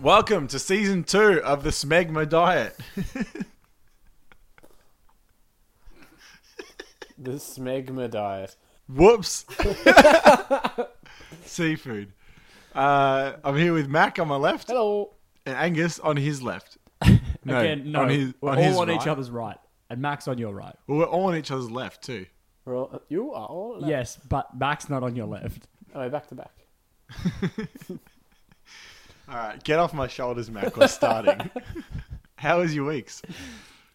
Welcome to season two of the Smegma Diet. The smegma diet. Whoops. Seafood. Uh, I'm here with Mac on my left Hello. and Angus on his left. No, Again, no. on his, we're on all his on each right. other's right. And Mac's on your right. Well, we're all on each other's left too. We're all, you are all left. Yes, but Mac's not on your left. Oh, wait, back to back. All right, get off my shoulders, Mac. We're starting. How was your weeks?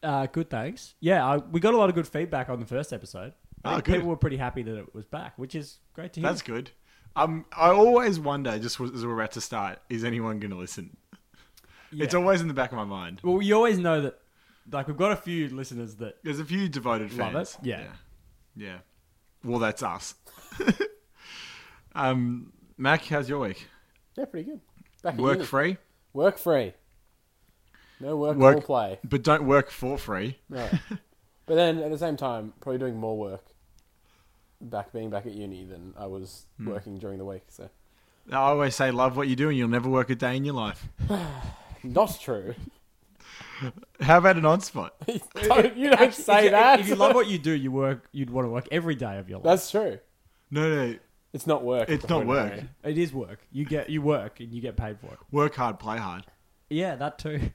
Uh, good, thanks. Yeah, I, we got a lot of good feedback on the first episode. I Ah, think good. People were pretty happy that it was back, which is great to hear. That's good. Um, I always wonder, just as we're about to start, is anyone going to listen? It's Yeah. always in the back of my mind. well, you always know that, like, we've got a few listeners that There's a few devoted Love fans. it. Yeah. yeah. Yeah. Well, that's us. um, Mac, how's your week? Yeah, pretty good. Back in Work uni. free, work free. No work, Work- all play. but don't work for free. No. but then at the same time, probably doing more work back being back at uni than I was Hmm. working during the week. So I always say, love what you do, and you'll never work a day in your life. not true. How about an on spot? Don't- you don't Actually, if say you- that. If you love what you do, you work. You'd want to work every day of your life. That's true. No, no, It's not work. it's at the not point work. I'm at. it is work. You get you work and you get paid for it. Work hard, play hard. Yeah, that too.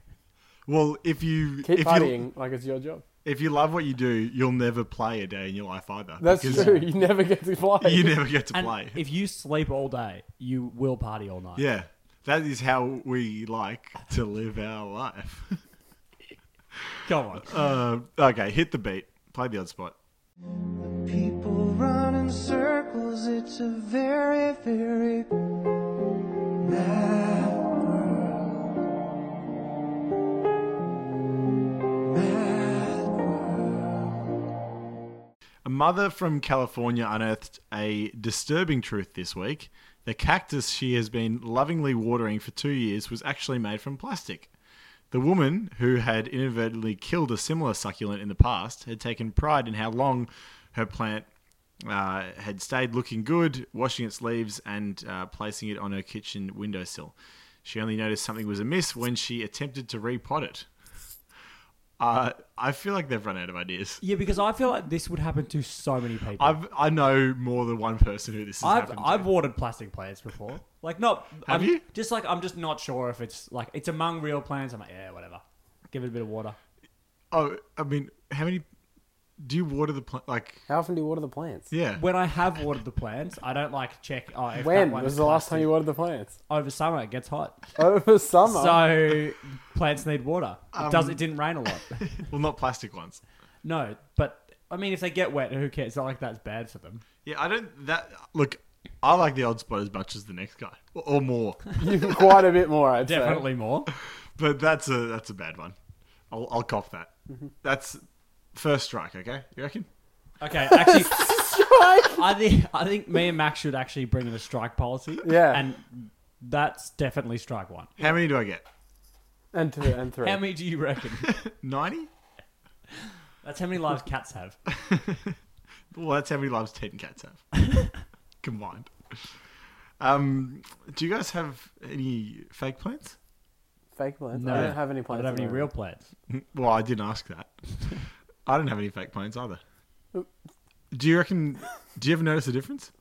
Well, if you Keep if you partying like it's your job. if you love what you do, you'll never play a day in your life either. That's because true. You never get to fly. You never get to And play. if you sleep all day, you will party all night. Yeah, that is how we like to live our life. Come on. Uh, okay, hit the beat. Play the odd spot. People run in circles, it's a very, very mad world. Mad A mother from California unearthed a disturbing truth this week. The cactus she has been lovingly watering for two years was actually made from plastic. The woman, who had inadvertently killed a similar succulent in the past, had taken pride in how long her plant uh, had stayed looking good, washing its leaves and uh, placing it on her kitchen windowsill. She only noticed something was amiss when she attempted to repot it. Uh, I feel like they've run out of ideas. Yeah, because I feel like this would happen to so many people. I've I've I know more than one person who this has I've, happened to. watered plastic plants before. Like not Have I'm, you? Just like I'm just not sure if it's like it's among real plants. I'm like yeah, whatever. Give it a bit of water. oh, I mean, how many do you water the plant? Like, How often do you water the plants? yeah, When I have watered the plants, I don't like check. Oh, if When that one was is the last time plastic. you watered the plants? Over summer, it gets hot, Over summer. so plants need water. It Um, does. It didn't rain a lot. well, not plastic ones. no, but I mean, if they get wet, who cares? It's not like that's bad for them. Yeah, I don't. That look, I like the odd spot as much as the next guy or, or more, You- quite a bit more, I'd say. Definitely more. but that's a that's a bad one. I'll I'll cop that. Mm-hmm. That's first strike. Okay, you reckon? Okay, actually, I think I think me and Max should actually bring in a strike policy. Yeah. and that's definitely strike one. How many do I get? And two and three. How many do you reckon? Ninety. That's how many lives cats have. Well, that's how many lives Ted and cats have combined. Um, do you guys have any fake plants? Fake plants. No. I don't have any I plants. don't have at the any real moment. plants. Well, I didn't ask that. I don't have any fake planes either. Do you reckon? Do you ever notice a difference?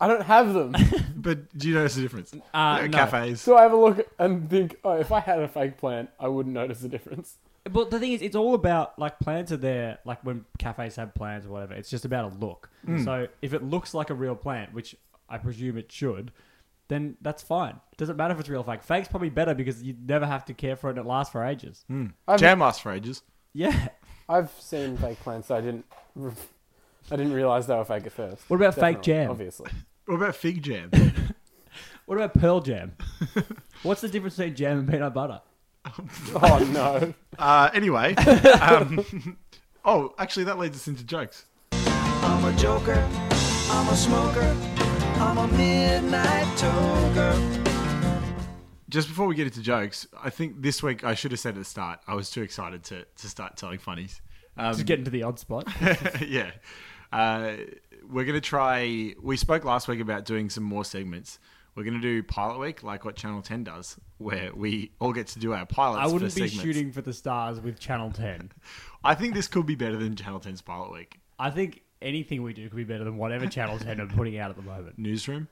I don't have them. But do you notice a difference? Uh, You know, no. Cafes. so I have a look and think, oh, if I had a fake plant, I wouldn't notice the difference. But the thing is, it's all about like plants are there. Like when cafes have plants or whatever, it's just about a look. So if it looks like a real plant, which I presume it should, then that's fine. doesn't matter if it's real or fake. Fake's probably better because you never have to care for it and it lasts for ages. I've, Hmm. Jam lasts for ages. Yeah. I've seen fake plants that I didn't. I didn't realize they were fake at first. What about fake Definitely, jam? Obviously. What about fig jam? What about pearl jam? What's the difference between jam and peanut butter? Oh no. uh, anyway. Um, oh, actually, that leads us into jokes. I'm a joker, I'm a smoker, I'm a midnight toker. Just before we get into jokes, I think this week I should have said at the start. I was too excited to, to start telling funnies. Um, Just get into the odd spot. yeah. Uh, we're going to try. We spoke last week about doing some more segments. We're going to do pilot week, like what Channel 10 does, where we all get to do our pilots. I wouldn't for be segments. shooting for the stars with Channel 10. I think this could be better than Channel 10's pilot week. I think anything we do could be better than whatever Channel 10 are putting out at the moment. Newsroom?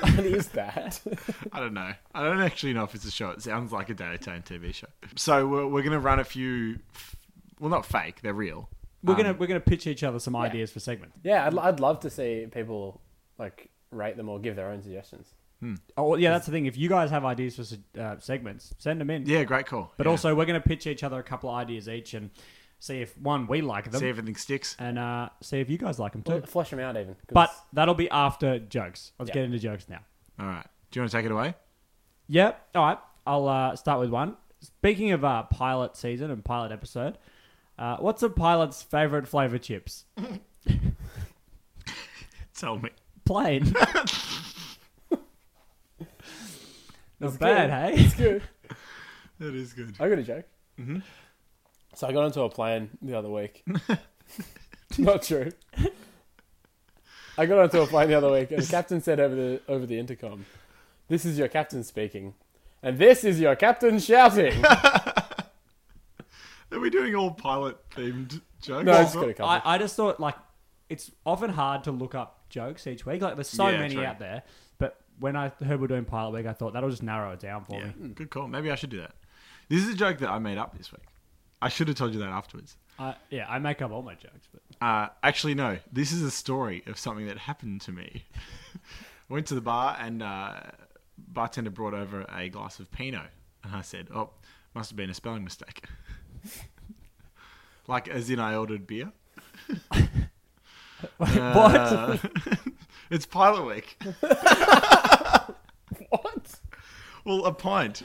What is that? I don't know. I don't actually know if it's a show. It sounds like a daytime TV show. So we're, we're going to run a few, f- well, not fake, they're real. We're Um, gonna we're gonna pitch each other some ideas for segments. yeah, I'd, I'd love to see people like rate them or give their own suggestions. Oh well, yeah, that's the thing. If you guys have ideas for se- uh, segments, send them in. Yeah, great call. But Yeah. also, we're gonna pitch each other a couple of ideas each and see if one we like them see if anything sticks. and uh, see if you guys like them too. Well, flush them out even. 'cause- but that'll be after jokes. Let's Yeah. get into jokes now. All right. Do you want to take it away? Yep. All right. I'll uh, start with one. Speaking of uh, pilot season and pilot episode, uh, what's a pilot's favorite flavor chips? Tell me. Plain. That's Not bad, hey? It's good. That is good. I got a joke. Mm-hmm. So I got onto a plane the other week. Not true. I got onto a plane the other week, and the captain said over the over the intercom, "This is your captain speaking, and this is your captain shouting." Are we doing all pilot themed jokes? No, I just got a couple. I, I just thought like it's often hard to look up jokes each week. Like there's so Yeah, many true. out there, but when I heard we're doing pilot week, I thought that'll just narrow it down for Yeah, me. good call. Maybe I should do that. This is a joke that I made up this week. I should have told you that afterwards. I, yeah, I make up all my jokes, but Uh, actually, no. This is a story of something that happened to me. I went to the bar and uh, bartender brought over a glass of Pinot, and I said, "Oh, must have been a spelling mistake." like as in, I ordered beer. Uh, it's pilot week. what? Well, a pint.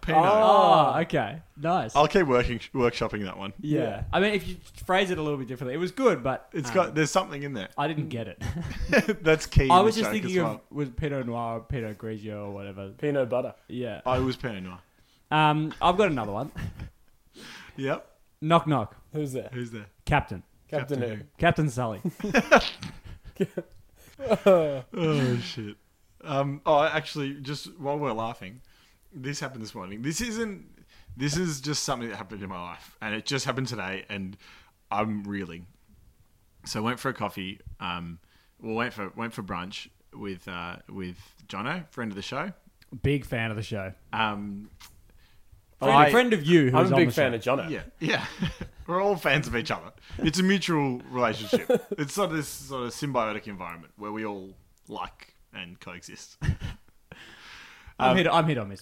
Pinot. oh, okay, nice. I'll keep working workshopping that one. yeah. Yeah. I mean, if you phrase it a little bit differently, it was good, but It's um, got there's something in there. I didn't get it. That's key. I in was the just joke as thinking of well. was Pinot Noir, Pinot Grigio, or whatever. Peanut butter. Yeah. I was Pinot Noir. Um, I've got another one. Yep. knock knock. Who's there? Who's there? Captain. Captain, Captain who? Captain Sully. Oh shit. Um. Oh, actually, just while we're laughing, this happened this morning. This isn't. This is just something that happened in my life, and it just happened today, and I'm reeling. So I went for a coffee. Um, well, went for went for brunch with uh with Jono, friend of the show. Big fan of the show. Um, Friend, I- friend of you. Who's I'm a on big the fan show. of Jono. Yeah, yeah. We're all fans of each other. It's a mutual relationship. It's sort of this sort of symbiotic environment where we all like and coexist. um, I'm, hit, I'm hit on this.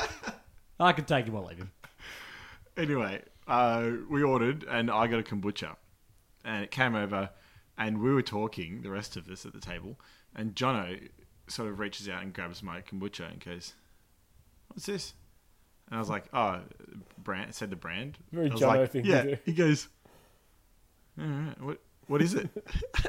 I could take him or leave him. Anyway, uh, we ordered and I got a kombucha, and it came over, and we were talking the rest of us at the table, and Jono sort of reaches out and grabs my kombucha and goes, "What's this?" And I was like, "Oh, brand." Said the brand. Very I was Jono like, thing to Yeah. do. He goes, "All right, "What? What is it?"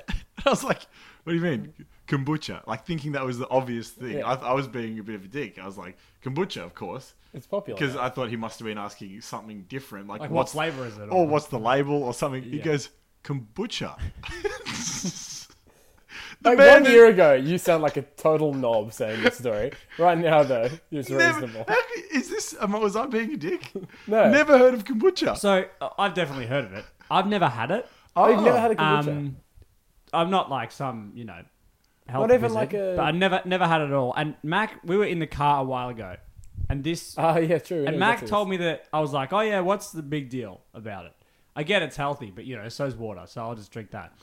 I was like, "What do you mean?" Kombucha, like thinking that was the obvious thing. Yeah. I, I was being a bit of a dick. I was like, "Kombucha, of course." It's popular. because I thought he must have been asking something different, like, Like, what what's flavour is it? or what's the label or something. He Yeah. goes kombucha. the like man one that year ago, you sound like a total knob saying this story. Right now, though, it's never- reasonable. how c- is this? Am I, was I being a dick? No. never heard of kombucha. So uh, I've definitely heard of it. I've never had it. Oh, you've never had a kombucha. Um, I'm not like some, you know, health Not even wizard, like a- But I never, never had it at all. And Mac, we were in the car a while ago, and this Ah, yeah, true. And Mac told me that I was like, "Oh yeah, what's the big deal about it?" I get it's healthy, but you know, so's water, so I'll just drink that.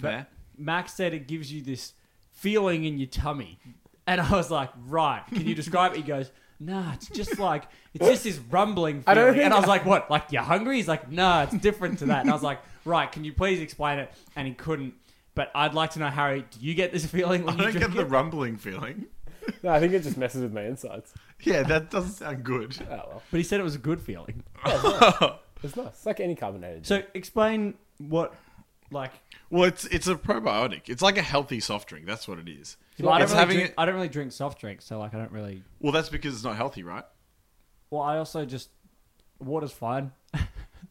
Fair. Mac said it gives you this feeling in your tummy, and I was like, "Right? Can you describe it?" He goes, "Nah, it's just like it's just this rumbling I feeling." don't think- and I was like, "What? Like you're hungry?" He's like, "Nah, it's different to that." And I was like, "Right? Can you please explain it?" And he couldn't. But I'd like to know, Harry, do you get this feeling when I you don't drink get the it? rumbling feeling. No, I think it just messes with my insides. Yeah, that doesn't sound good. Oh well, But he said it was a good feeling. it's nice. It's like any carbonated. So explain what, like, Well, it's it's a probiotic. It's like a healthy soft drink. That's what it is. Well, I, don't It's really having drink, it- I don't really drink soft drinks, so like I don't really. Well, that's because it's not healthy, right? Well, I also just water's fine.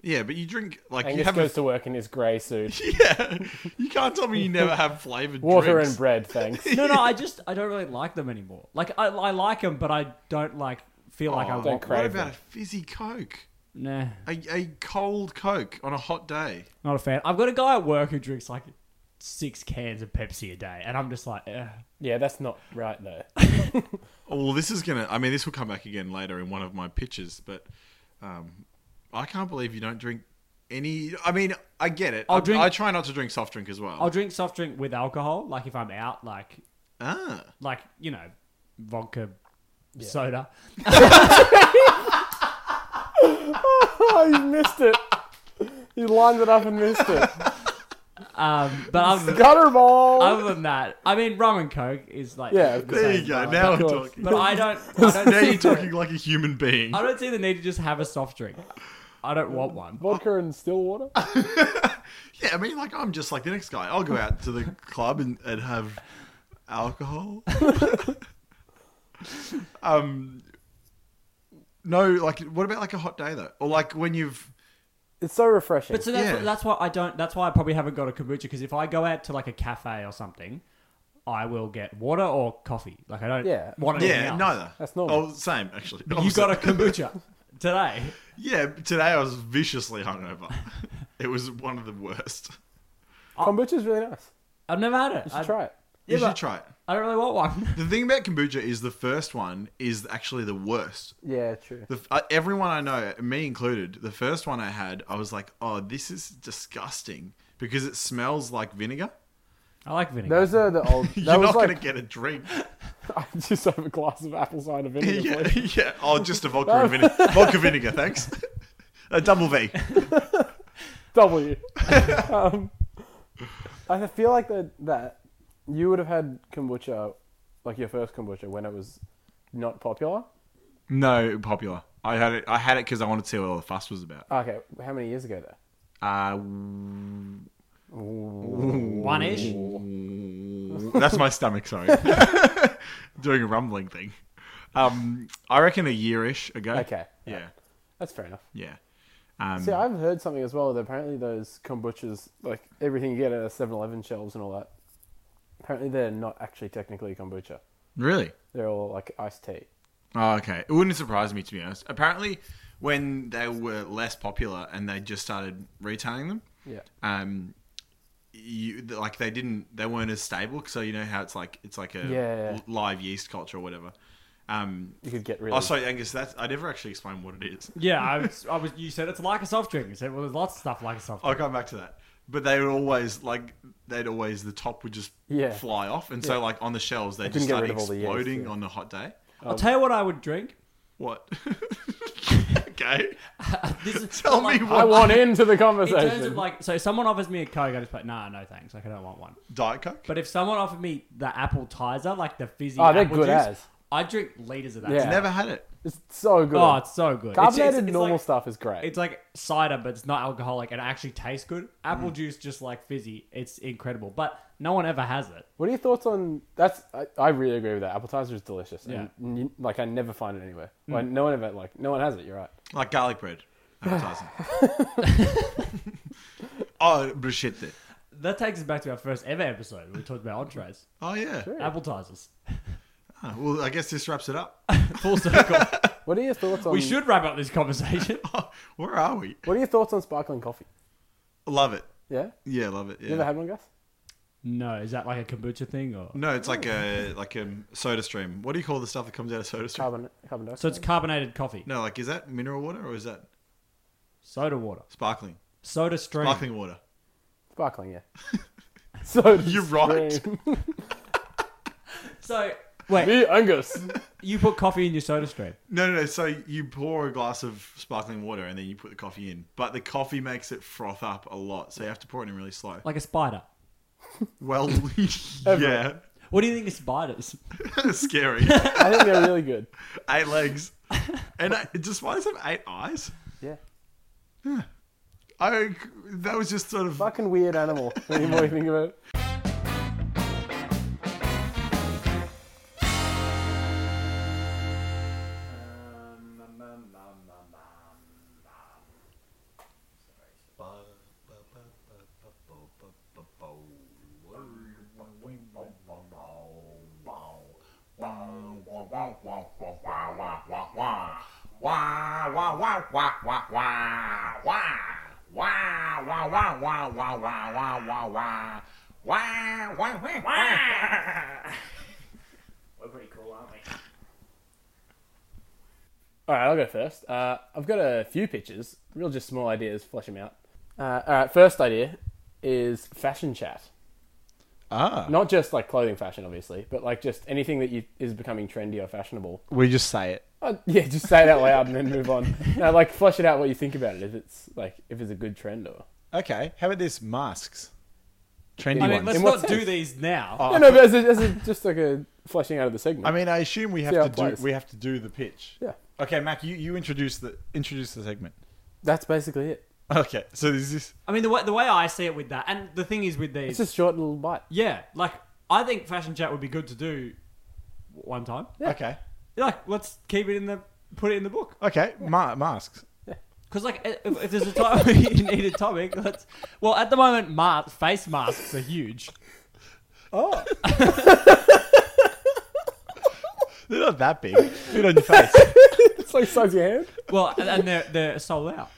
Yeah, but you drink like you Angus have. goes A, to work in his grey suit. yeah, you can't tell me you never have flavored Water drinks. and bread, thanks. No, no, I just I don't really like them anymore. Like I, I like them, but I don't like feel like I Oh, want. Don't What crave about a them. fizzy Coke? Nah, A, a cold Coke on a hot day. not a fan. I've got a guy at work who drinks like six cans of Pepsi a day, and I'm just like, eh. Yeah, that's not right though. Oh, well, this is gonna. I mean, this will come back again later in one of my pitches, but um, I can't believe you don't drink any. I mean, I get it. I'll I, drink- I try not to drink soft drink as well. I'll drink soft drink with alcohol. Like if I'm out, like ah, like you know, vodka, soda. oh, you missed it. You lined it up and missed it. Um, but other than, Gutter ball. other than that, I mean, rum and coke is like Yeah, the of course. there same you go. vibe. Now I'm course. talking. But I don't. I don't Now you're see, talking like a human being. I don't see the need to just have a soft drink. I don't want one. Vodka and still water. Yeah, I mean, like I'm just like the next guy. I'll go out to the club and, and have alcohol. um, no, like what about like a hot day though, or like when you've It's so refreshing. But so that's, Yeah. that's why I don't. That's why I probably haven't got a kombucha because if I go out to like a cafe or something, I will get water or coffee. Like I don't Yeah. want anything yeah else. neither. That's normal. Oh, same actually. You Opposite. got a kombucha today. yeah. Today I was viciously hungover. it was one of the worst. Kombucha's really nice. I've never had it. You should I, try it. You but- should try it. I don't really want one. The thing about kombucha is the first one is actually the worst. Yeah, true. The, uh, everyone I know, me included, the first one I had, I was like, "Oh, this is disgusting," because it smells like vinegar. I like vinegar. Those are the old. You're That not was going like to get a drink. I just have a glass of apple cider vinegar. yeah, please. yeah. Oh, just a vodka and vinegar. Vodka vinegar, thanks. A double V. W. um, I feel like that that you would have had kombucha, like your first kombucha, when it was not popular. No, popular. I had it. I had it because I wanted to see what all the fuss was about. Okay, how many years ago though? Uh, One ish. that's my stomach. Sorry, doing a rumbling thing. Um, I reckon a year-ish ago. Okay. Yeah. That's fair enough. Yeah. Um, See, I've heard something as well that apparently those kombuchas, like everything you get at a 7-Eleven shelves and all that, apparently they're not actually technically kombucha. really. They're all like iced tea. Oh, okay. It wouldn't surprise me to be honest. Apparently, when they were less popular and they just started retailing them, Yeah. um, you like they didn't they weren't as stable. So you know how it's like it's like a Yeah, yeah. live yeast culture or whatever. Um, You could get really. oh, sorry, Angus. That's I never actually explained what it is. Yeah, I was, I was. You said it's like a soft drink. You said well, there's lots of stuff like a soft drink. I'll come back to that. But they were always like they'd always the top would just Yeah. fly off, and so like on the shelves they just get started rid of all the yeast, exploding yeah. on the hot day. Oh. I'll tell you what I would drink. What? okay. This is Tell like, me I what want into the In terms of conversation. like, so if someone offers me a coke, I just put nah, no thanks. Like I don't want one. Diet Coke. But if someone offered me the apple tizer, like the fizzy Oh, they're apple good juice, as. I drink liters of that. Yeah. stuff. Never had it. It's so good. Oh, it's so good. It's- Carbonated it's- it's normal like- stuff is great. It's like cider, but it's not alcoholic and it actually tastes good. Apple juice, just like fizzy, it's incredible. But no one ever has it. What are your thoughts on that's? I, I really agree with that. Appetizer is delicious. Yeah. Hmm. And you, like I never find it anywhere. Like no one ever like no one has it. You're right. Like garlic bread. Advertising. oh, bruschetta. That takes us back to our first ever episode. where We talked about entrees, Oh, yeah. apple tizers, Ah, well, I guess this wraps it up. full circle. What are your thoughts on? we should wrap up this conversation. Where are we? What are your thoughts on sparkling coffee? Love it. Yeah. Yeah, love it. You ever Yeah. had one, Gus? No, is that like a kombucha thing or? No, it's like a like a soda stream. What do you call the stuff that comes out of soda stream? Carbon carbon dioxide. So it's carbonated coffee, No, like is that mineral water or is that soda water, sparkling? soda stream. Sparkling water. sparkling. Yeah. so You're right. So wait, Me Angus. you put coffee in your soda stream. No, no, no. So you pour a glass of sparkling water and then you put the coffee in, but the coffee makes it froth up a lot, so you have to pour it in really slow. like a spider. Well, yeah, What do you think of spiders? scary. I think they're really good. eight legs, and I, despite have eight eyes, Yeah. I that was just sort of Fucking weird animal. When you really think about it. wah, wah, wah, wah, wah, wah, wah, wah, wah, wah, wah, wah, wah. Wah, wah, wah, wah. We're pretty cool, aren't we? All right, I'll go first. Uh, I've got a few pictures, real just small ideas, flesh them out. Uh, all right, first idea is fashion chat. Ah. Not just like clothing fashion, obviously, but like just anything that you, is becoming trendy or fashionable. We just say it. Uh, yeah, just say it out loud and then move on. No, like flesh it out what you think about it. If it's like if it's a good trend or Okay. How about this? Masks. Trendy I I mean, ones. let's In not what do sense? these now. no, no, but as a, as a, just like a fleshing out of the segment. I mean, I assume we have See how to it do plays. we have to do the pitch. yeah, Okay, Mac, you, you introduce the introduce the segment. that's basically it. Okay, so is this I mean, the way the way I see it with that, and the thing is with these, It's just short little bite. yeah, like I think fashion chat would be good to do one time. okay? Like, let's keep it in the put it in the book Okay, ma- masks. because like if, if there's a time where you need a topic, let's. Well, at the moment, mas- face masks are huge. They're not that big. Fit on your face. It's like size of your hand. Well, and, and they're they're sold out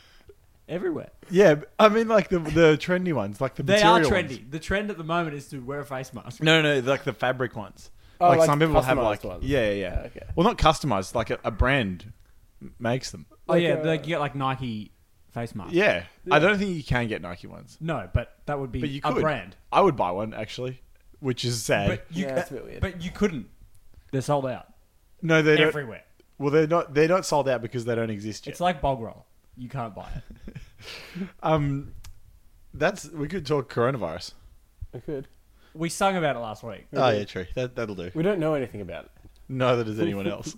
everywhere. yeah, but I mean like the the trendy ones, like the They material are trendy. ones. The trend at the moment is to wear a face mask. No, no, like the fabric ones. Oh, like, like some people will have customized like ones. yeah, yeah, yeah. Okay. Well, not customized. Like a, a brand m- makes them. Oh Like, yeah, uh, like you get like Nike face masks. Yeah. I don't think you can get Nike ones, No, but that would be but you a could. brand. I would buy one actually, which is sad. But you, Yeah, that's a bit weird. But you couldn't. They're sold out no, they don't. everywhere. Well, they're not. They're not sold out because they don't exist yet. It's like bog roll. You can't buy it. um, that's we could talk coronavirus. I could. We sung about it last week. Oh yeah, true. That that'll do. We don't know anything about it. Neither does anyone else.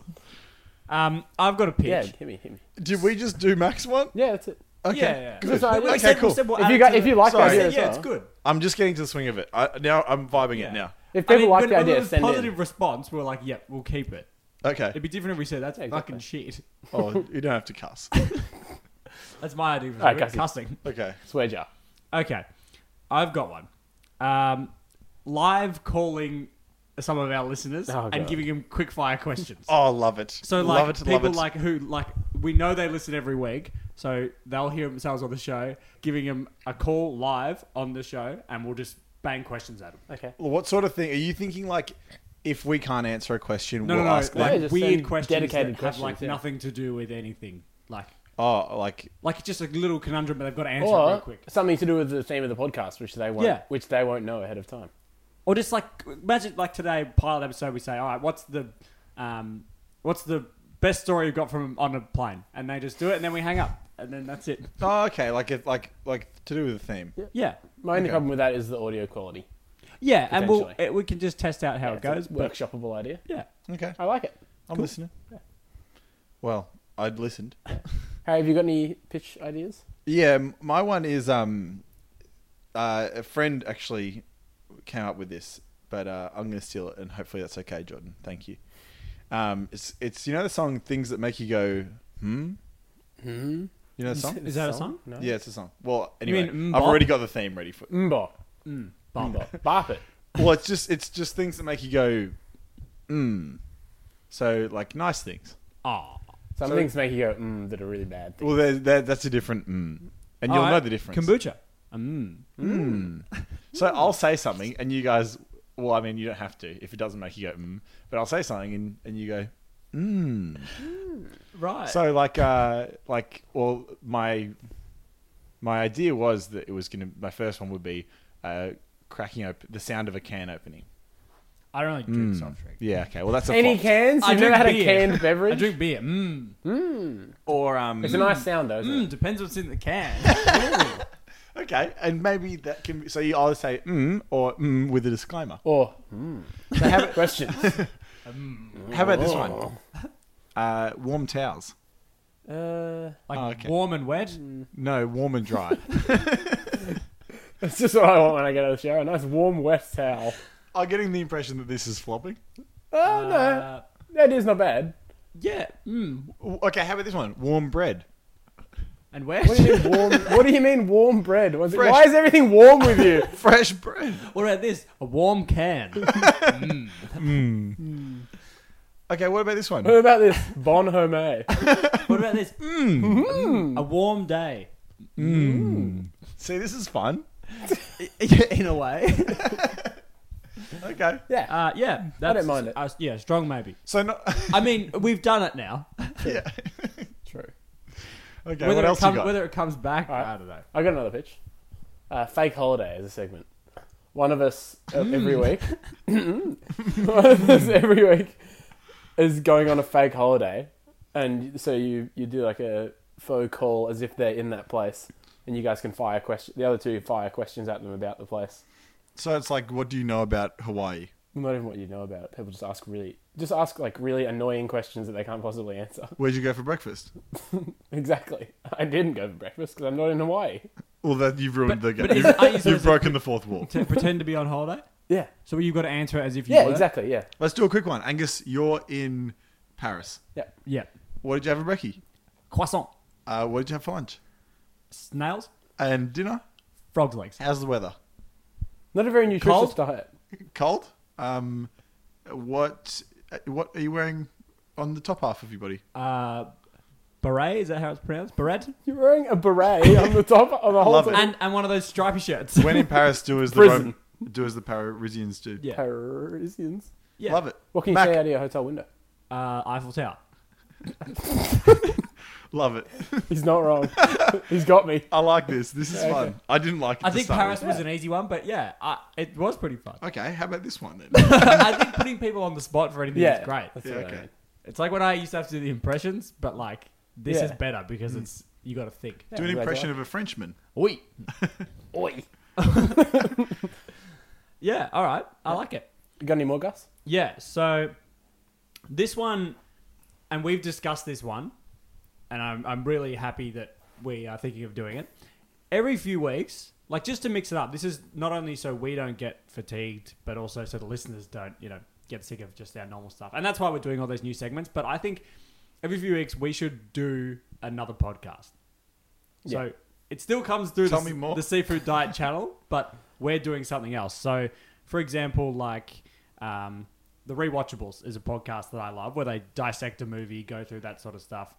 Um, I've got a pitch. Yeah, hit me, hit me. Did we just do Max one? Yeah, that's it. Okay. Yeah, yeah. Good. So I- okay, We said- we cool. said we'll If add you it got, to if the- you like the Sorry. idea, yeah, as yeah, well. it's good. I'm just getting to the swing of it. I, now I'm vibing it now. If people I mean, like when- the when idea, there was send positive in. response, we were like, "Yep, we'll keep it." Okay. It'd be different if we said, "That's Yeah, fucking exactly. shit." Oh, you don't have to cuss. That's my idea for Alright, the week, cussing. cussing. Okay. Swear jar. Okay, I've got one. Um, live calling some of our listeners Oh, and God. giving them quick fire questions. Oh, love it. So like love it, people love it. like who like we know they listen every week, so they'll hear themselves on the show, giving them a call live on the show, and we'll just bang questions at them. Okay. what sort of thing are you thinking? Like, if we can't answer a question, No, we'll no, no, ask Yeah, them. like just weird send questions dedicated that questions, have like yeah. nothing to do with anything, like Oh, like like just a little conundrum, but they've got to answer it real Or quick, something to do with the theme of the podcast, which they won't, Yeah. which they won't know ahead of time. or just like imagine like today pilot episode, we say, all right, what's the, um, what's the best story you got from on a plane, and they just do it, and then we hang up, and then that's it. oh, okay, like if like like to do with the theme. Yeah, My only Okay. problem with that is the audio quality. yeah, and we'll Potentially. it, we can just test out how it It's a goes. But, workshopable idea. yeah. Okay, I like it. I'm listening. Well, I'd listened. Harry, have you got any pitch ideas? Yeah, m- my one is um, uh, a friend actually came up with this, but uh, I'm going to steal it, and hopefully that's okay, Jordan. Thank you. Um, it's it's you know the song "Things That Make You Go Hmm." Hmm. You know the song? Is that a song? No. Yeah, it's a song. Well, You anyway, mean mm, I've "Mbop"? already got the theme ready for. Mbop. Bum. Mbop. Bop it. Well, it's just it's just things that make you go Hmm. So like nice things. Ah. Some So- things make you go mm that are really bad. Things. Well, there- there- that's a different mm, and you'll Alright. know the difference. Kombucha. Mm. So I'll say something, and you guys. Well, I mean, you don't have to if it doesn't make you go. Mm, but I'll say something, and, and you go. Mm. Right. So like, uh, like, well, my my idea was that it was gonna. My first one would be uh, cracking open the sound of a can opening. I don't really drink Mm. soft drink. Yeah. Okay. Well, that's a Any flop. cans? I You've never had drink a beer. canned beverage? I drink beer. Mm. or um. It's a nice sound though, isn't Mm, it? depends what's in the can. Okay, and maybe that can. be... So you either say mm or mm with a disclaimer. Or Mm. questions. How about this Oh. one? Uh, warm towels. uh, Like Oh, okay. warm and wet. No, warm and dry. that's just what I want when I get out of the shower. A nice warm wet towel. I'm getting the impression that this is flopping. Oh no, Uh, that is not bad. yeah. Mm. Okay, how about this one? Warm bread. And wet. What do you mean warm? what do you mean warm bread? Was it- Fresh. why is everything warm with you? Fresh bread. What about this? A warm can. Okay, what about this one? Uh. What about this? Bon Homme. What about this? Mm. A warm day. See, this is fun. In a way. Okay. Yeah. Uh, yeah. That's, don't mind it. uh, yeah, strong maybe. So not. I mean, we've done it now. yeah. True. Okay. whether, what else it come- you got? whether it comes back, right. I don't know. I got another pitch. Uh, fake holiday as a segment. One of us uh, every Mm. week. one of us every week is going on a fake holiday, and so you you do like a faux call as if they're in that place, and you guys can fire question. The other two fire questions at them about the place. so it's like, what do you know about Hawaii? Not even what you know about it. People just ask really, just ask like really annoying questions that they can't possibly answer. Where'd you go for breakfast? exactly. I didn't go for breakfast because I'm not in Hawaii. Well, that you've ruined the game. but is- You've, are you- so you've is it- broken the fourth wall. To pretend to be on holiday? Yeah. So you've got to answer it as if you Yeah. were? Exactly. Yeah. Let's do a quick one. Angus, you're in Paris. Yeah. Yeah. What did you have for brekkie? Croissant. Uh, what did you have for lunch? Snails. And dinner? Frog's legs. How's the weather? Not a very nutritious Cold? diet. Cold. Um, what what are you wearing on the top half of your body? Uh, beret, is that how it's pronounced? Beret? You're wearing a beret on the top on the whole Love top. it. And, and one of those stripy shirts. When in Paris, do as the Prison. Rome- do as the Parisians do. yeah. Parisians. yeah. Love it. What can you Mac, say out of your hotel window? Uh, Eiffel Tower. Love it. He's not wrong. He's got me. I like this. This is fun. I didn't like it. I to think start Paris with. was an easy one, but yeah, I, it was pretty fun. Okay, how about this one then? I think putting people on the spot for anything Yeah, is great. That's Yeah, what I okay. mean. It's like when I used to have to do the impressions, but like this Yeah. is better because Mm. it's you got to think. Do an Yeah, impression like- of a Frenchman. Oi. Oi. Yeah. All right. I like it. You got any more, Gus? Yeah. So this one, and we've discussed this one, and I'm I'm really happy that we are thinking of doing it every few weeks. Like just to mix it up. This is not only so we don't get fatigued, but also so the listeners don't you know get sick of just our normal stuff. And that's why we're doing all these new segments. But I think every few weeks we should do another podcast. So Yeah. it still comes through Tell the, me more. the seafood diet channel, but we're doing something else. So, for example, like um, the rewatchables is a podcast that I love, where they dissect a movie, go through that sort of stuff.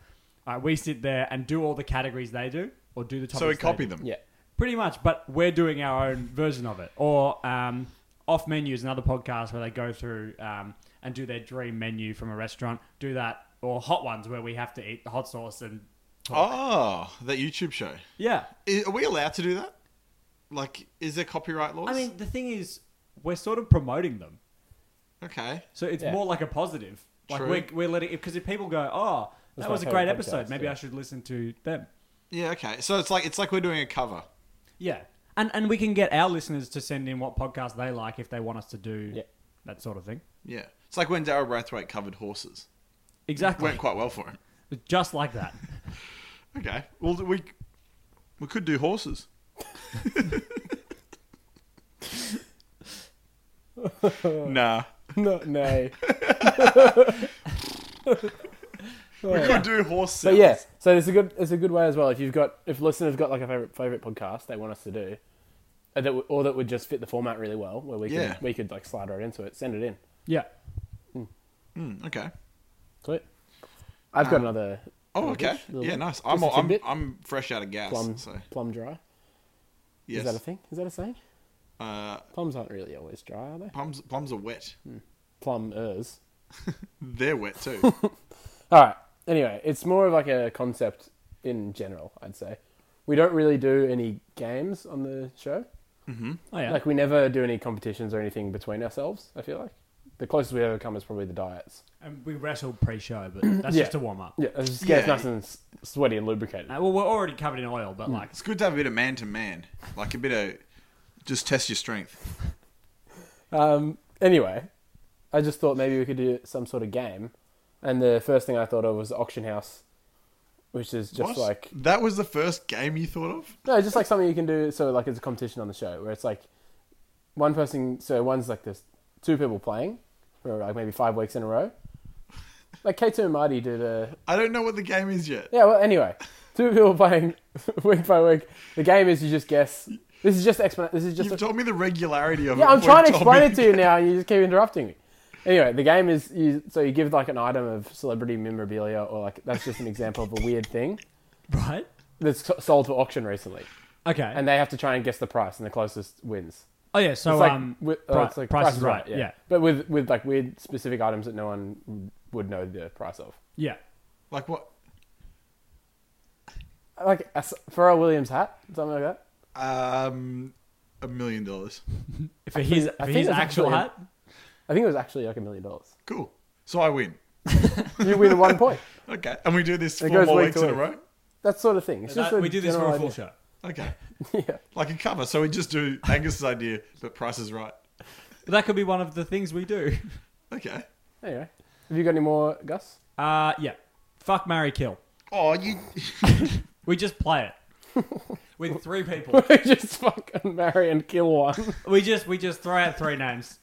Uh, we sit there and do all the categories they do, or do the topics. So we they copy do. them. Yeah. Pretty much, but we're doing our own version of it. Or um, Off Menu is another podcast where they go through um, and do their dream menu from a restaurant. Do that. Or Hot Ones, where we have to eat the hot sauce and. Oh, that YouTube show. Yeah. I- Are we allowed to do that? Like, is there copyright laws? I mean, the thing is, we're sort of promoting them. okay. So it's Yeah. more like a positive. Like True. we're, we're letting because if people go, oh, That's that my was a favourite great episode. podcast, Maybe yeah. I should listen to them. Yeah. Okay. So it's like it's like we're doing a cover. Yeah, and and we can get our listeners to send in what podcasts they like if they want us to do Yeah. that sort of thing. Yeah. It's like when Daryl Braithwaite covered horses. Exactly, Went quite well for him. just like that. Okay. Well, we we could do horses. nah. No, nay. We could do horse But sounds. yeah, so it's a good it's a good way as well. If you've got if listeners got like a favorite favorite podcast they want us to do, or that, w- or that would just fit the format really well, where we could Yeah. we could like slide right into it, send it in. Yeah, Mm, okay. Sweet. I've got another. Oh, little okay. pitch, little Yeah, bit. nice. Just I'm a I'm, tidbit. I'm fresh out of gas. plum So plum dry. yes, Is that a thing? Is that a saying? uh, Plums aren't really always dry, are they? plums plums are wet. Hmm. Plumers. They're wet too. All right. Anyway, it's more of like a concept in general, I'd say. We don't really do any games on the show. Mm-hmm. oh yeah, Like we never do any competitions or anything between ourselves, I feel like. The closest we ever come is probably the diets. and we wrestled pre-show, but that's Yeah. just a warm up. Yeah, it just gets Yeah. nice and s- sweaty and lubricated. Uh, well, we're already covered in oil, but like, it's good to have a bit of man to man, like a bit of just test your strength. Um, anyway, I just thought maybe we could do some sort of game. And the first thing I thought of was the auction house, which is just What? like that was the first game you thought of. No, just like something you can do. So like it's a competition on the show where it's like one person. So one's like this, two people playing for like maybe five weeks in a row. Like K2 and Marty did a I don't know what the game is yet. yeah. Well, anyway, two people playing week by week. The game is you just guess. This is just explan. This is just You've a- told me the regularity of it. yeah. I'm before trying to you told explain me- it to you now, and you just keep interrupting me. Anyway, the game is you, so you give like an item of celebrity memorabilia, or like that's just an example of a weird thing Right? that's so- sold for auction recently, Okay. and they have to try and guess the price, and the closest wins. oh yeah, so It's like, um, wi- uh, pri- it's like price, is right. yeah. but with with like weird specific items that no one would know the price of. Yeah. Like what? Like a s- Pharrell Williams hat, something like that. Um, a million dollars. For his, I for think his it's actual actually- hat? I think it was actually like a million dollars. Cool. So I win. You win one point. Okay. And we do this It four goes more week weeks in to a week. row. That sort of thing. It's just That- a we do this for general a full idea. show. Okay. Yeah. Like a cover. So we just do Angus's idea, but price is right. But that could be one of the things we do. Okay. Anyway, have you got any more, Gus? Uh, yeah. Fuck, marry, kill. Oh, you. We just play it with three people. just fucking marry and kill one. We just we just throw out three names.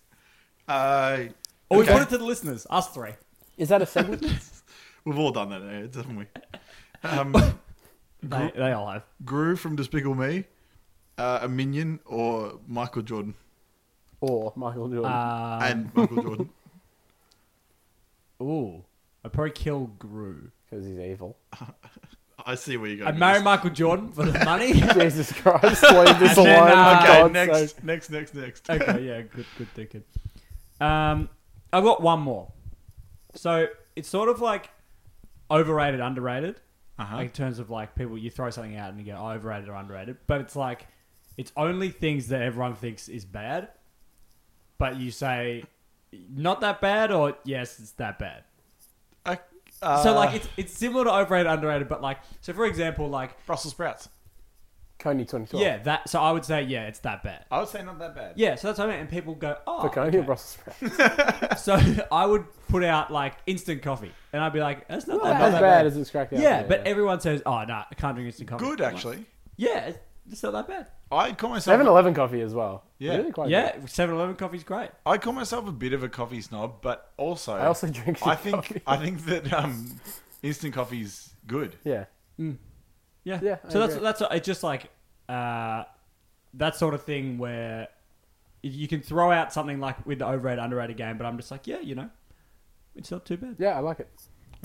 Uh, Or Okay. we put it to the listeners, us three. Is that a segment? we've all done that, Ed, haven't we? Um, They, they all have. Gru from Despicable Me, uh, a minion, or Michael Jordan. or Michael Jordan? Uh, and Michael Jordan. ooh, I probably kill Gru. Because he's evil. I see where you're going. I with marry this. Michael Jordan for the money. Jesus Christ, leave this And alone. then, uh, Okay, for God's next, sake. next, next, next. okay, yeah, good, good thinking. Um, I've got one more. So it's sort of like overrated, underrated. Uh-huh. Like in terms of like people, you throw something out and you go oh, overrated or underrated, but it's like it's only things that everyone thinks is bad, but you say not that bad or yes, it's that bad. I- uh, so like it's it's similar to overrated, underrated, but like so for example, like Brussels sprouts. Coney 2012. yeah, that. So I would say yeah, it's that bad. I would say not that bad. Yeah, so that's what I mean, and people go oh For Coney or Brussels sprouts? So I would put out like instant coffee, and I'd be like, "That's not that Not as bad." bad, as it's cracked out. Yeah, but everyone says, "Oh no, I can't drink instant coffee." Good I'm like, actually. yeah, it's- it's not that bad. I call myself. 7 Eleven coffee as well. Yeah. Really quite yeah, good. 7-Eleven coffee's great. I call myself a bit of a coffee snob, but also I also drink I think coffee. I think that um, instant coffee's good. Yeah. Yeah, Yeah, I So that's agree. that's it's just like uh, that sort of thing where you can throw out something like with the overrated underrated game, but I'm just like, yeah, you know, it's not too bad. Yeah, I like it.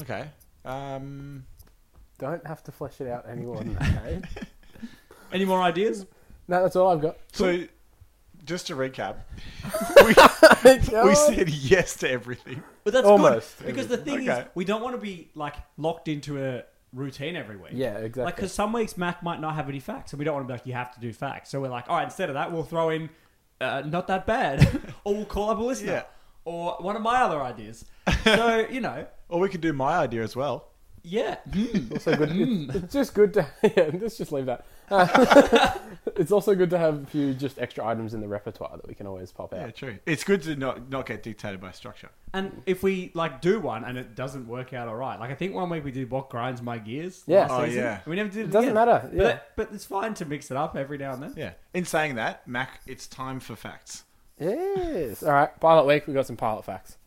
Okay. Um, Don't have to flesh it out anymore. okay? Any more ideas? No, that's all I've got. so, just to recap, we, we Oh. said yes to everything. But that's Almost good because the thing is, Okay. we don't want to be like locked into a routine every week. Yeah, exactly. Like, because some weeks Mac might not have any facts, and we don't want to be like, you have to do facts. So we're like, all right, instead of that, we'll throw in uh, not that bad, or we'll call up a listener, Yeah. or one of my other ideas. So, you know, Or we could do my idea as well. yeah. also good. It's, it's just good to yeah. Let's just leave that. Uh, it's also good to have a few just extra items in the repertoire that we can always pop Yeah, out. true. It's good to not not get dictated by structure. And if we like do one and it doesn't work out all right, like I think one week we did what grinds my gears. Yeah. last Oh, season, yeah. and We never did it. It doesn't again. matter, But, yeah. that- but it's fine to mix it up every now and then. Yeah. In saying that, Mac, it's time for facts. Yes. All right. Pilot week. We got some pilot facts.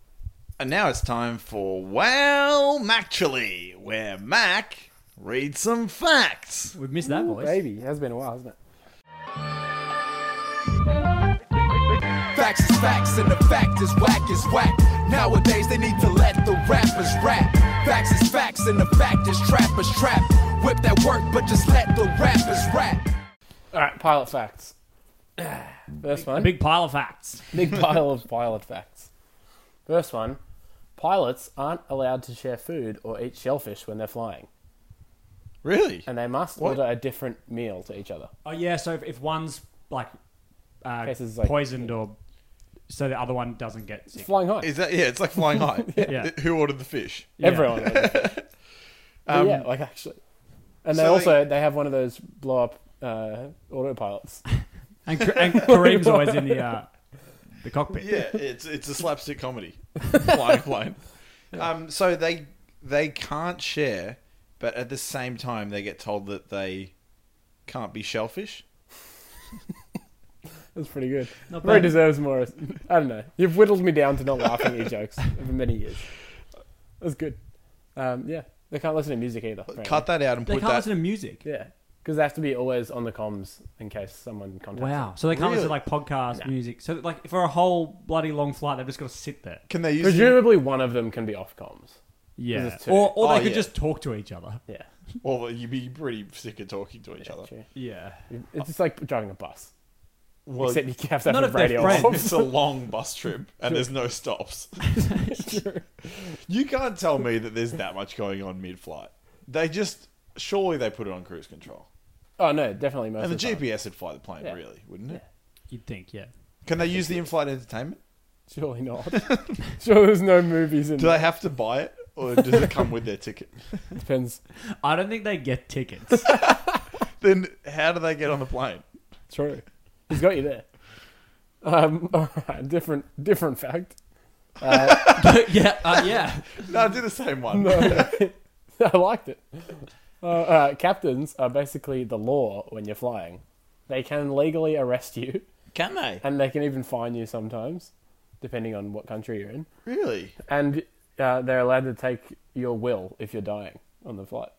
And now it's time for Well Mactually, where Mac reads some facts. We've missed that, Ooh, boys. Baby, it has been a while, hasn't it? Facts is facts and the fact is whack is whack. Nowadays they need to let the rappers rap. Facts is facts and the fact is trappers trap. Whip that work, but just let the rappers rap. All right. Pilot facts. First one. Big pile of facts. big pile of pilot facts. First one. Pilots aren't allowed to share food or eat shellfish when they're flying, Really? and they must What? order a different meal to each other. Oh yeah, so if, if one's like, uh, Cases like- poisoned or so the other one doesn't get sick. Flying high. Is that yeah, it's like flying high. Yeah. Who ordered the fish? Yeah. Everyone. orders it. But yeah, like actually, and they Um, so also they have one of those blow up uh, autopilots. And, K- and Kareem's always in the uh, the cockpit. Yeah, it's it's a slapstick comedy. flying plane. Um so they they can't share, but at the same time they get told that they can't be shellfish. That's pretty good. Not Murray bad. deserves more. I don't know. You've whittled me down to not laughing at your jokes over many years. That's good. Um, yeah, they can't listen to music either. apparently. Cut that out and They put can't that listen to music. Yeah, because they have to be always on the comms in case someone contacts. Wow. them. So they can't listen to Really? like podcast music. So like for a whole bloody long flight, they've just got to sit there. Can they use you Presumably, one of them can be off comms. Yeah. there's two. Or, or they Oh, could yeah. just talk to each other. Yeah, Well, you'd be pretty sick of talking to each other. true. Yeah. it's just like driving a bus. Well, Except you have to Not have if the radio they're friends. off. it's a long bus trip and there's no stops. You can't tell me that there's that much going on mid-flight. They just surely they put it on cruise control. Oh no, definitely most. And the of time. GPS would fly the plane, Yeah. really, wouldn't it? You'd think, yeah. Can they use the in-flight entertainment? Surely not. Sure, there's no movies in. Do they have to buy it, or does it come with their ticket? it depends. I don't think they get tickets. Then how do they get on the plane? True. He's got you there. Um, all right, different different fact. Uh, yeah. Uh, yeah. No, do the same one. no, I liked it. Uh, uh, captains are basically the law when you're flying. They can legally arrest you, Can they? and they can even fine you sometimes, depending on what country you're in. Really? And uh, they're allowed to take your will if you're dying on the flight.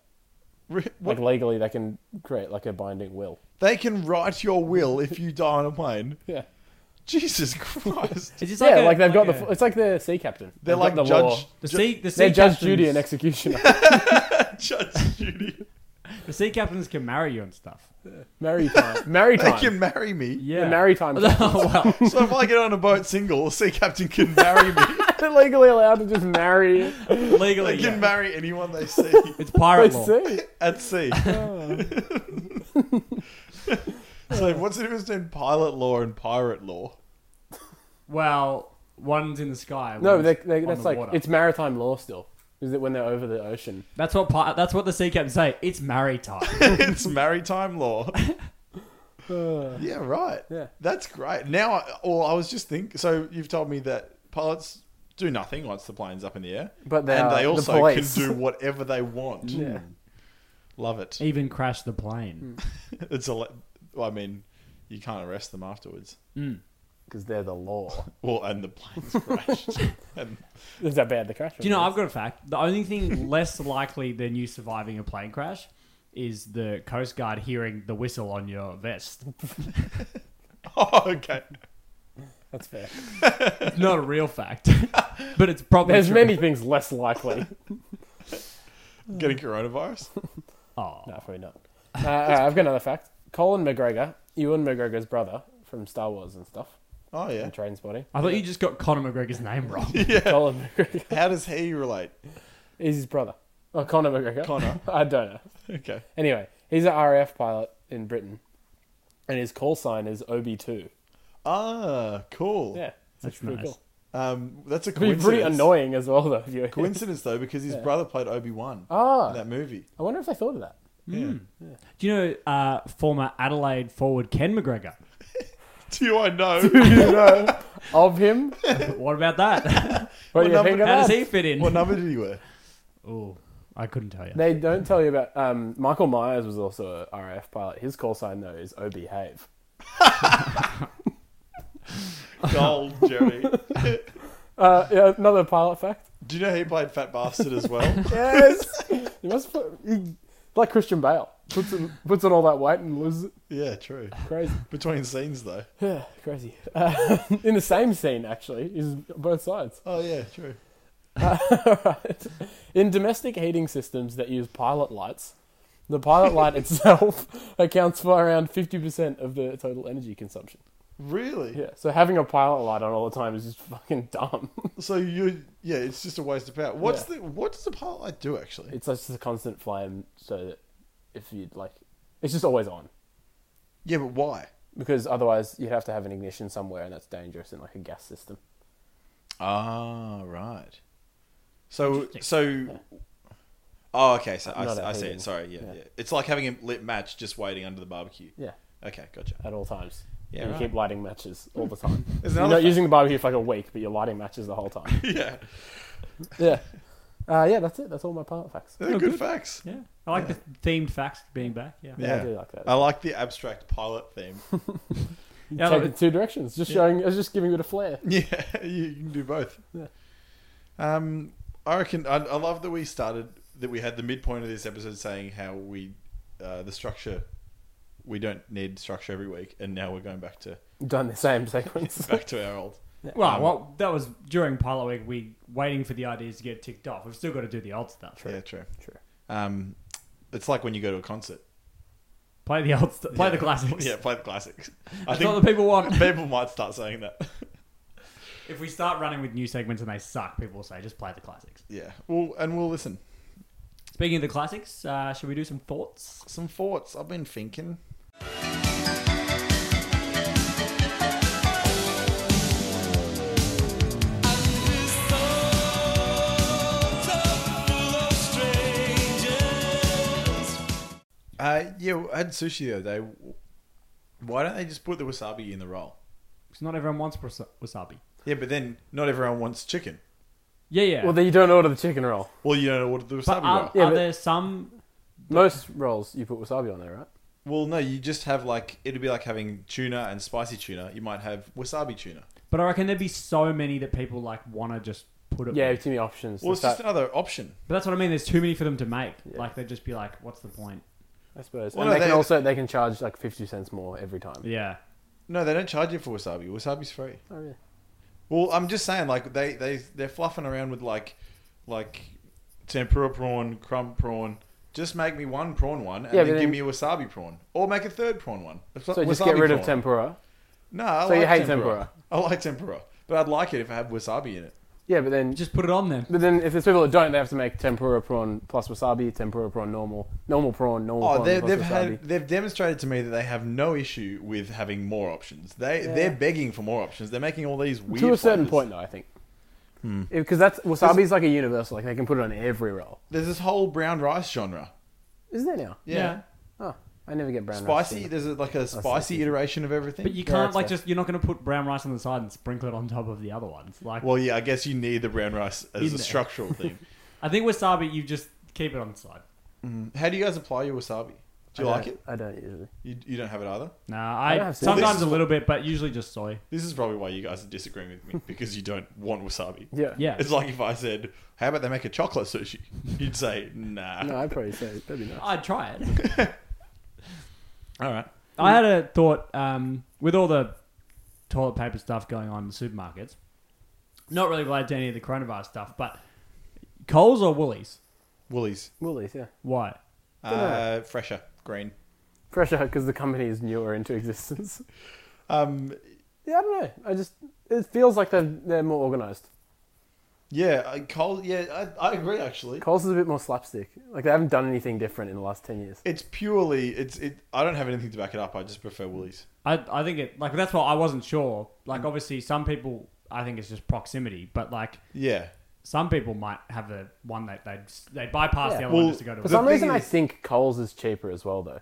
Re- Like what? legally, they can create like a binding will. They can write your will if you die on a plane. Yeah. Jesus Christ! It's just yeah, a- like they've got a- the. It's like the sea captain. They're They've like got the Judge law. the sea, the sea They're Judge captains, Judy and executioner. Judge Judy. The sea captains can marry you and stuff. Maritime. Maritime. They can marry me. Yeah. The maritime. oh, well. So if I get on a boat single, a sea captain can marry me. They're legally allowed to just marry. Legally. They Yeah. can marry anyone they see it's I pirate law. see. at sea. Ah. so what's the difference between pilot law and pirate law? Well, one's in the sky. No, one's they, they, on that's the like water. it's maritime law still. Is it when they're over the ocean? That's what pi- that's what the sea captains say. It's maritime. it's maritime law. yeah, right. Yeah. That's great. Now, I, well, I was just thinking. So you've told me that pilots do nothing once the plane's up in the air, But they and are they the also can police. do whatever they want. Yeah. Love it. Even crash the plane. Hmm. It's a. le- Well, I mean, you can't arrest them afterwards. Because they're the law. Well, and the plane's crashed. and is that bad? The crash. Do you know? I've got a fact. The only thing less likely than you surviving a plane crash is the Coast Guard hearing the whistle on your vest. oh, okay. that's fair. It's not a real fact, but it's probably There's true. many things less likely. Getting coronavirus. Oh, no, probably not. Uh, all right, I've got another fact. Colin McGregor, Ewan McGregor's brother from Star Wars and stuff, Oh yeah. and Trainspotting. I thought you just got Conor McGregor's name wrong. Colin McGregor How does he relate? is his brother. Oh, Conor McGregor. Connor. I don't know. Okay. Anyway, he's an RAF pilot in Britain, and his call sign is OB2. Ah, cool. Yeah, that's pretty nice. cool. Um, that's a It'd be coincidence. pretty annoying as well, though. If you Coincidence though, because his brother played Obi Wan in Ah, that movie. I wonder if they thought of that. Do you know uh, former Adelaide forward Ken McGregor? Do I know? Of him? What about that? What do you number- think of How does that? he fit in? what number did he wear? Oh, I couldn't tell you. They don't tell you about. Um, Michael Myers was also a RAF pilot. His call sign though is OB Have. Gold, Jerry. Uh, yeah, another pilot fact. Do you know he played Fat Bastard as well? Yes, you must put, he, like Christian Bale puts in, puts on all that weight and loses it. yeah, true. Crazy, Between scenes though. yeah, crazy. Uh, in the same scene, actually, is both sides. Oh yeah, true. Alright. In domestic heating systems that use pilot lights, the pilot light itself accounts for around 50% of the total energy consumption. Really? Yeah, so having a pilot light on all the time is just fucking dumb. So you, yeah, it's just a waste of power. What's Yeah. the what does the pilot light do actually? It's just a constant flame, so that if you'd like, it's just always on. yeah, but why? Because otherwise, you'd have to have an ignition somewhere, and that's dangerous in like a gas system. Ah, right. So so. Oh, okay. So Not I, I a see heating. it. Sorry. Yeah, Yeah. yeah, It's like having a lit match just waiting under the barbecue. Yeah, Okay, gotcha. at all times. Yeah, and you right. keep lighting matches all the time. There's You're another not fa- using the barbecue for like a week, but you're lighting matches the whole time. yeah, yeah. Uh, yeah, that's it. That's all my pilot facts. they're good, facts. Yeah, I like the themed facts being back. Yeah, Yeah, I do like that. I like the abstract pilot theme. yeah take like- it two directions. Just showing, it's just giving it a flair. yeah, you can do both. Yeah. Um, I reckon I, I love that we started that we had the midpoint of this episode saying how we uh, the structure we don't need structure every week, and now we're going back to Done the same sequence. back to our old. Well, well, that was during pilot week. We waiting for the ideas to get ticked off. We've still got to do the old stuff. Yeah, true. True. Um, it's like when you go to a concert. Play the old stuff. Play the Yeah. classics. Yeah, play the classics. I That's what think the people want. people might start saying that. if we start running with new segments and they suck, people will say just play the classics. Yeah. Well, and we'll listen. Speaking of the classics, uh, should we do some thoughts? Some thoughts. I've been thinking. Uh, yeah, I had sushi the other day. Why don't they just put the wasabi in the roll? Because not everyone wants wasa- wasabi. Yeah, but then not everyone wants chicken. Yeah, yeah. Well, then you don't order the chicken roll. Well, you don't know what the but um, wasabi are, roll. Yeah, are but- there some? Most rolls you put wasabi on there, right? Well, no, you just have like it'd be like having tuna and spicy tuna. You might have wasabi tuna. But I reckon there'd be so many that people like want to just put it. Yeah, with. too many options. Well, it's That's just another option. But that's what I mean. There's too many for them to make. Yeah. Like they'd just be like, "What's the point?" I suppose. Well, and no, they, they- can also they can charge like fifty cents more every time. Yeah. No, they don't charge you for wasabi. Wasabi's free. Oh, yeah. Well, I'm just saying, like they they they're fluffing around with like like tempura prawn, crumb prawn. Just make me one prawn one, and Yeah, then, but give then- me a wasabi prawn, or make a third prawn one. A fl- So just wasabi get rid of prawn. tempura. No, I So you like hate tempura. I like tempura, but I'd like it if I had wasabi in it. Yeah, but then Just put it on then. but then if there's people that don't, they have to make tempura prawn plus wasabi, tempura prawn normal, normal prawn, normal Oh, prawn they, plus they've wasabi. had they've demonstrated to me that they have no issue with having more options. They Yeah. they're begging for more options. They're making all these weird to a certain flavors. point though, I think. Because that's wasabi's like a universal, like they can put it on every roll. There's this whole brown rice genre. Is there now? Yeah, Oh, I never get brown rice spicy. either. There's a, like a spicy. spicy iteration of everything. But you Yeah, can't that's like fair. just you're not going to put brown rice on the side and sprinkle it on top of the other ones. Like Well, yeah, I guess you need the brown rice as In a there. structural thing. I think wasabi, you just keep it on the side. How do you guys apply your wasabi? Do you I like don't- it? I don't usually. You, you don't have it either. Nah, don't I, have seasoning. Well, this sometimes is a what- little bit, but usually just soy. This is probably why you guys are disagreeing with me because you don't want wasabi. Yeah. Yeah, It's like if I said, "How about they make a chocolate sushi?" You'd say, "Nah." No, I'd probably say that'd be nice. I'd try it. All right. I had a thought um, with all the toilet paper stuff going on in the supermarkets. Not really related to any of the coronavirus stuff, but Coles or Woolies? Woolies. Woolies, yeah. Why? Uh, fresher, green. Pressure because the company is newer into existence. Um, yeah, I don't know. I just it feels like they're they're more organised. yeah, I- Cole. Yeah, I, I agree. Actually, Coles is a bit more slapstick. Like they haven't done anything different in the last ten years. it's purely it's it. I don't have anything to back it up. I just prefer Woolies. I, I think it like that's what I wasn't sure. Like obviously some people I think it's just proximity, but like Yeah. some people might have the one that they they bypass Yeah. the other Well, one just to go to. For The some thing reason, I is- think Coles is cheaper as well, though.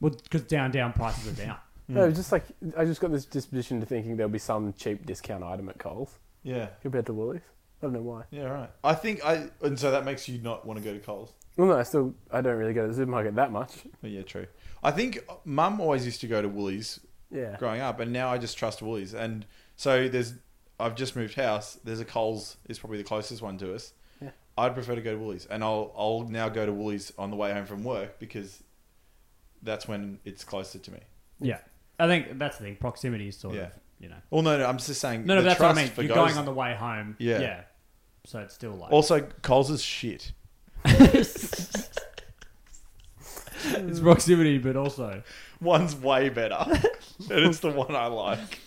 Well, because down down prices are down. No, it's just like I just got this disposition to thinking there'll be some cheap discount item at Coles Yeah. compared to Woolies. I don't know why. Yeah. Right. I think I and so that makes you not want to go to Coles. Well, no, I still I don't really go to the supermarket that much. But yeah, true. I think Mum always used to go to Woolies Yeah. growing up, and now I just trust Woolies. And so there's, I've just moved house. There's a Coles is probably the closest one to us. Yeah. I'd prefer to go to Woolies, and I'll I'll now go to Woolies on the way home from work because that's when it's closer to me. Yeah, I think that's the thing. Proximity is sort Yeah. of you know. Well, no, no, I'm just saying. No, no, the that's what I trust mean. for You're goes- going on the way home. Yeah. yeah. So it's still like Also, Coles is shit. it's proximity, but also One's way better, and it's the one I like.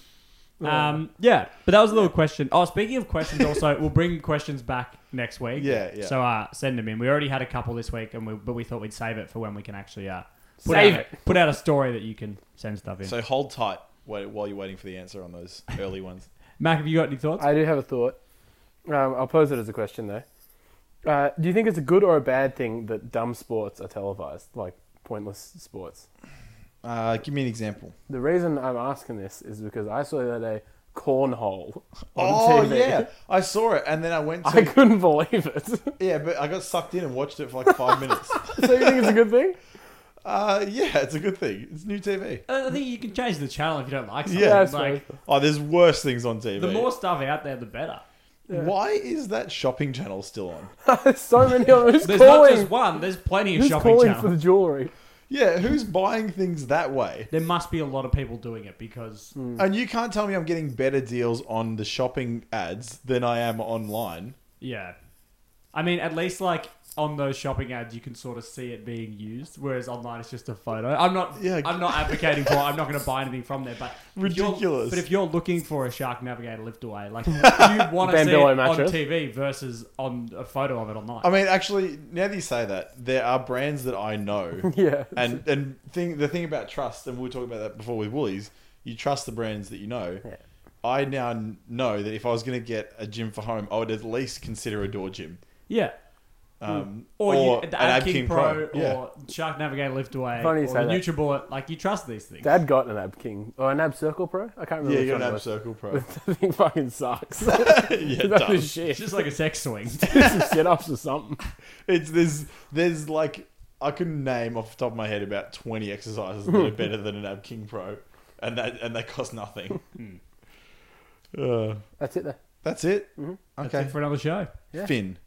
um yeah. But that was a little question. Oh, speaking of questions, also we'll bring questions back next week. Yeah, yeah. So uh, send them in. We already had a couple this week, and we but we thought we'd save it for when we can actually uh put Save out, it. put out a story that you can send stuff in. So hold tight wait- while you're waiting for the answer on those early ones. Mac, have you got any thoughts? I do have a thought. Um, I'll pose it as a question though. Uh, do you think it's a good or a bad thing that dumb sports are televised, like pointless sports? Uh, give me an example. The reason I'm asking this is because I saw the other day cornhole on Oh TV. yeah, I saw it, and then I went. To, I couldn't believe it. so yeah, but I got sucked in and watched it for like five minutes. you think it's a good thing? Uh, yeah, it's a good thing. It's new TV. I think you can change the channel if you don't like something. Yeah, I Yeah, suppose. like, Oh, there's worse things on TV. the more stuff out there, the better. Why is that shopping channel still on? There's so many of them. Who's There's not calling? just one. There's plenty of Who's shopping calling for channels. the jewelry? Yeah, who's buying things that way? There must be a lot of people doing it because Hmm. And you can't tell me I'm getting better deals on the shopping ads than I am online. yeah, I mean at least like on those shopping ads you can sort of see it being used, whereas online it's just a photo. I'm not Yeah. I'm not advocating for. it. I'm not going to buy anything from there, but if you're- Ridiculous. But if you're looking for a Shark Navigator lift away, like you want to see it Bamboo on mattress. TV versus on a photo of it online. I mean, actually, now that you say that, there are brands that I know. Yeah. And and thing the thing about trust, and we were talking about that before with Woolies, you trust the brands that you know. Yeah. I now n- know that if I was going to get a gym for home, I would at least consider a door gym. yeah. Um, Hmm. Or, you, the Ad King King Pro, Yeah. or Shark Navigator Lift Away, Funny you or say the that. NutriBullet. Like you trust these things. Dad got an Ab King or an Ab Circle Pro. I can't remember. yeah, which you got an one it Ab was. Circle Pro. The thing fucking sucks. yeah, it That's does. shit. it's just like a sex swing. Some sit ups or something. It's there's there's like I couldn't name off the top of my head about twenty exercises that are better than an Ab King Pro, and that and they cost nothing. uh, Hmm. That's it though. that's it. Okay, Mm-hmm. for another show. Yeah. Finn.